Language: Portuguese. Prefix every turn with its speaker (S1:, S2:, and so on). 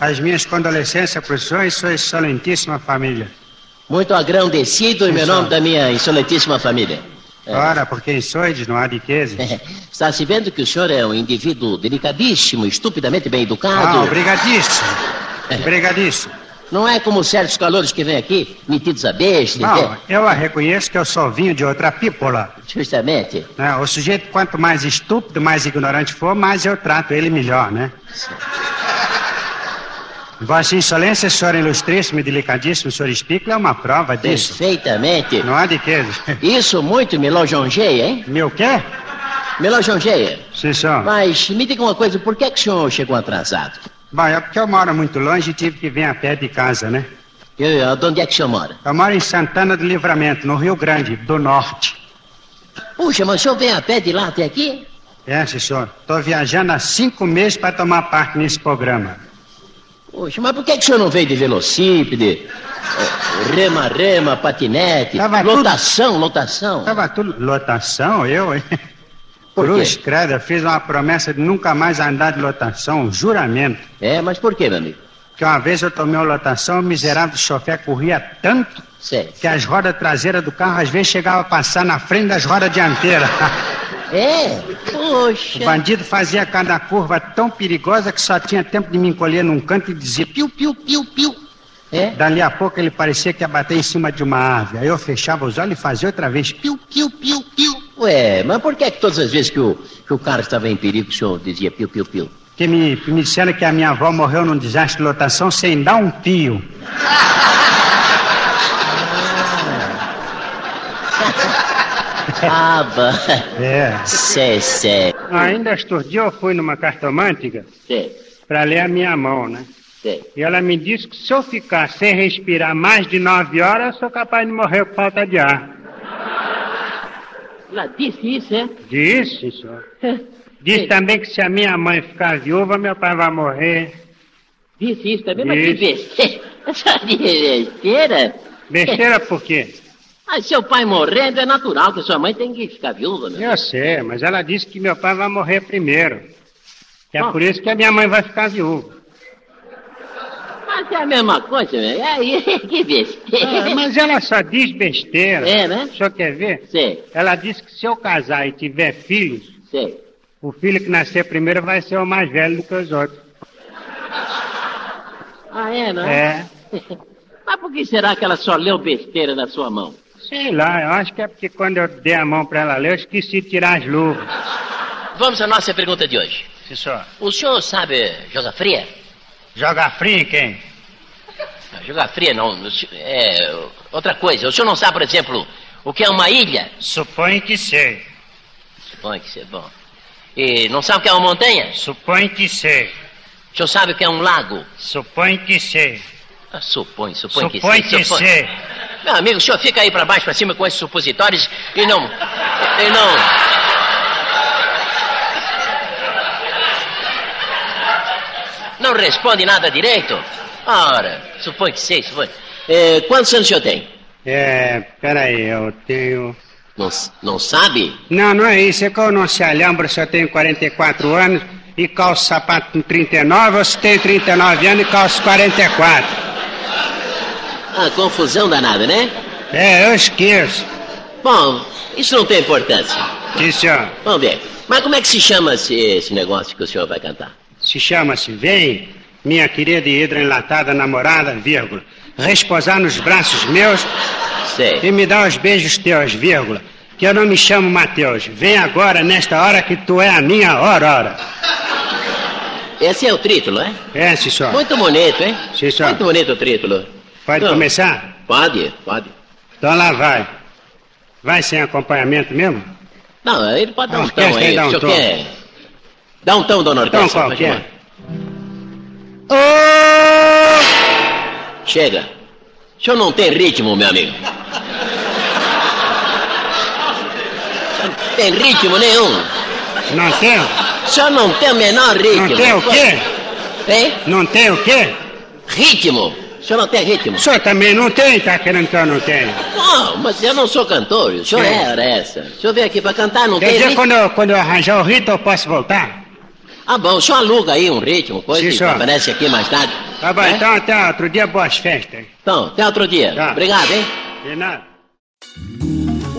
S1: As minhas condolências para os senhores e sua excelentíssima família.
S2: Muito agradecido em meu nome da minha excelentíssima família.
S1: Ora, porque em sois não há riqueza.
S2: Está se vendo que o senhor é um indivíduo delicadíssimo, estupidamente bem educado.
S1: Ah, obrigadíssimo. Obrigadíssimo.
S2: Não é como certos calores que vêm aqui, metidos a besta.
S1: Não, é- eu a reconheço que eu sou vinho de outra pípola.
S2: Justamente.
S1: né? O sujeito, quanto mais estúpido, mais ignorante for, mais eu trato ele melhor, né? Vossa Insolência, senhor ilustríssimo e delicadíssimo, senhor Espículo, é uma prova disso.
S2: Perfeitamente.
S1: Não é- há riqueza.
S2: Isso muito me lojongeia, hein?
S1: Meu quê?
S2: Me lojongeia.
S1: Sim, senhor.
S2: Mas me diga uma coisa, por que, é que o senhor chegou atrasado?
S1: Bom, é porque eu moro muito longe e tive que vir a pé de casa, né?
S2: Eu, eu, de onde é que o senhor mora?
S1: Eu moro em Santana do Livramento, no Rio Grande, do Norte.
S2: Puxa, mas o senhor vem a pé de lá até aqui?
S1: É, sim, senhor. Estou viajando há cinco meses para tomar parte nesse programa.
S2: Puxa, mas por que, é que o senhor não veio de velocípede, eh, rema-rema, patinete,
S1: Tava tudo-
S2: lotação, lotação?
S1: Tava tudo lotação, eu, hein?
S2: Por quê?
S1: Cruz Creda fez uma promessa de nunca mais andar de lotação, um juramento.
S2: É, mas por quê, meu amigo?
S1: Que uma vez eu tomei uma lotação, o miserável chofer corria tanto
S2: Sério.
S1: que as rodas traseiras do carro às vezes chegavam a passar na frente das rodas dianteiras.
S2: É?
S1: O
S2: Poxa.
S1: bandido fazia cada curva tão perigosa que só tinha tempo de me encolher num canto e dizer piu, piu, piu, piu.
S2: É?
S1: Dali a pouco ele parecia que ia bater em cima de uma árvore. Aí eu fechava os olhos e fazia outra vez piu, piu, piu, piu.
S2: Ué, mas por que, é que todas as vezes que o, que o carro estava em perigo, o senhor dizia piu, piu, piu?
S1: Que me, me disseram que a minha avó morreu num desastre de lotação sem dar um pio.
S2: Ah, ba-
S1: É.
S2: sé, sé.
S1: Ainda estes dias eu fui numa cartomântica
S2: Sé,
S1: para ler a minha mão, né?
S2: sé.
S1: E ela me disse que se eu ficar sem respirar mais de nove horas, eu sou capaz de morrer por falta de ar.
S2: Ela disse isso, é?
S1: Disse, senhor. Disse também que se a minha mãe ficar viúva, meu pai vai morrer.
S2: Disse isso tá também,
S1: mas que
S2: besteira. besteira?
S1: Besteira por quê?
S2: Mas Ah, seu pai morrendo é natural que sua mãe tem que ficar viúva, né? meu.
S1: Eu sei, mas ela disse que meu pai vai morrer primeiro. Que é
S2: Ah.
S1: por isso que a minha mãe vai ficar viúva.
S2: Mas é a mesma coisa, meu. Aí, que besteira.
S1: Ah, mas ela só diz besteira.
S2: É, né?
S1: O senhor quer ver?
S2: Sei,
S1: Ela disse que se eu casar e tiver filhos,
S2: sei.
S1: o filho que nascer primeiro vai ser o mais velho do que os outros.
S2: Ah, é, não
S1: É.
S2: Mas por que será que ela só leu besteira na sua mão?
S1: Sei lá, eu acho que é porque quando eu dei a mão pra ela ler, eu esqueci de tirar as luvas.
S2: Vamos à nossa pergunta de hoje.
S1: Sim, senhor.
S2: O senhor sabe jogar fria?
S1: Joga frio em quem?
S2: Não, Jogar fria não. o se- É outra coisa. O senhor não sabe, por exemplo, o que é uma ilha?
S1: Supõe que sei.
S2: Suponho que isso é bom. E não sabe o que é uma montanha?
S1: Supõe que sei.
S2: O senhor sabe o que é um lago?
S1: Supõe que sei.
S2: Ah, supõe, supõe que
S1: Supõe
S2: sim.
S1: que
S2: supõe.
S1: sim.
S2: Meu amigo, o senhor fica aí pra baixo, pra cima com esses supositórios e não. E não. Não responde nada direito? Ora, supõe que sim, supõe. Eh, quantos anos o senhor tem?
S1: É, peraí, eu tenho.
S2: Não, s- não sabe?
S1: Não, não é isso. É que eu não se alhambro se eu tenho 44 anos e calço sapato com 39, ou se tenho 39 anos e calço 44.
S2: Ah, confusão danada, né?
S1: É, eu esqueço.
S2: Bom, isso não tem importância.
S1: Sim, senhor.
S2: Vamos ver. Mas como é que se chama esse, esse negócio que o senhor vai cantar?
S1: Se chama-se Vem, minha querida e hidroenlatada namorada, vírgula, resposar nos braços meus e
S2: Sei.
S1: me dar os beijos teus, vírgula, que eu não me chamo Mateus. Vem agora, nesta hora, que tu é a minha aurora.
S2: Esse é o título, é?
S1: É, sim, senhor.
S2: Muito bonito, hein?
S1: Sim, senhor.
S2: Muito bonito o título.
S1: Pode
S2: Não,
S1: começar?
S2: Pode, pode.
S1: Então lá vai. Vai sem acompanhamento mesmo?
S2: Não, ele pode dar
S1: A
S2: um
S1: orquestra
S2: tom
S1: aí
S2: aí.
S1: dá
S2: o
S1: um
S2: senhor
S1: tom.
S2: quer? Dá um tom, dona
S1: Então
S2: orquestra. faz
S1: qualquer.
S2: favor. Chega. O senhor não tem ritmo, meu amigo. O senhor não Tem ritmo nenhum.
S1: Não tem?
S2: O senhor não tem o menor ritmo.
S1: Não tem o quê?
S2: Hein?
S1: Não tem o quê?
S2: Ritmo. O senhor não tem ritmo.
S1: O senhor também não tem, tá querendo que eu não tenha?
S2: Não, mas eu não sou cantor. O senhor é
S1: Sim.
S2: era essa. O senhor veio aqui pra cantar, não
S1: Quer
S2: tem
S1: dizer,
S2: ritmo.
S1: quando eu, quando eu arranjar o rito, eu posso voltar?
S2: Ah, bom, o senhor aluga aí um ritmo, coisa
S1: Sim,
S2: que
S1: senhor.
S2: aparece aqui mais tarde.
S1: Tá bom,
S2: Né?
S1: então até outro dia, boas festas.
S2: Então, até outro dia.
S1: Tá.
S2: Obrigado, hein?
S1: De nada.